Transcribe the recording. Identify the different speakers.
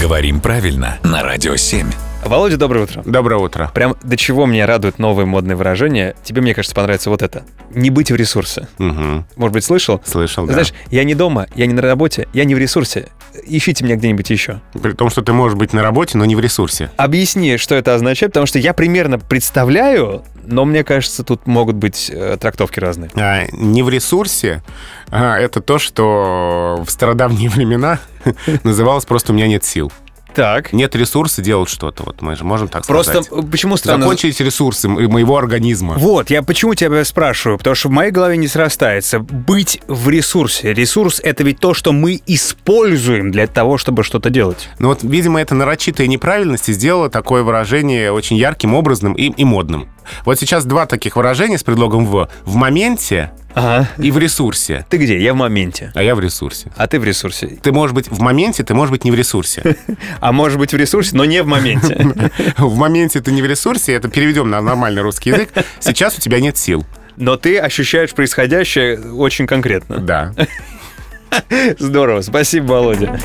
Speaker 1: Говорим правильно на Радио 7.
Speaker 2: Володя, доброе утро.
Speaker 3: Доброе утро.
Speaker 2: Прям до чего меня радует новые модные выражения. Тебе, мне кажется, понравится вот это. Не быть в ресурсе.
Speaker 3: Мгм.
Speaker 2: Может быть, слышал?
Speaker 3: Слышал, да.
Speaker 2: Знаешь, я не дома, я не на работе, я не в ресурсе. Ищите меня где-нибудь еще.
Speaker 3: При том, что ты можешь быть на работе, но не в ресурсе.
Speaker 2: Объясни, что это означает, потому что я примерно представляю, но мне кажется, тут могут быть э, трактовки разные.
Speaker 3: А, не в ресурсе а, это то, что в стародавние времена называлось просто «у меня нет сил».
Speaker 2: Так.
Speaker 3: Нет ресурса делать что-то. Вот мы же можем так
Speaker 2: Просто
Speaker 3: сказать.
Speaker 2: э, почему странно?
Speaker 3: Закончились ресурсы м- моего организма.
Speaker 4: Вот, я почему тебя спрашиваю, потому что в моей голове не срастается. Быть в ресурсе. Ресурс — это ведь то, что мы используем для того, чтобы что-то делать.
Speaker 3: Но Ну вот, видимо, эта нарочитая неправильность и сделала такое выражение очень ярким, образным и, и модным. Вот сейчас два таких выражения с предлогом «в». В моменте
Speaker 2: Ага.
Speaker 3: и в ресурсе.
Speaker 2: Ты где? Я в моменте.
Speaker 3: А я в ресурсе.
Speaker 2: А ты в ресурсе.
Speaker 3: Ты можешь быть в моменте, ты можешь быть не в ресурсе.
Speaker 2: А может быть в ресурсе, но не в моменте.
Speaker 3: В моменте ты не в ресурсе, это переведем на нормальный русский язык. Сейчас у тебя нет сил.
Speaker 2: Но ты ощущаешь происходящее очень конкретно.
Speaker 3: Да.
Speaker 2: Здорово, спасибо, Володя.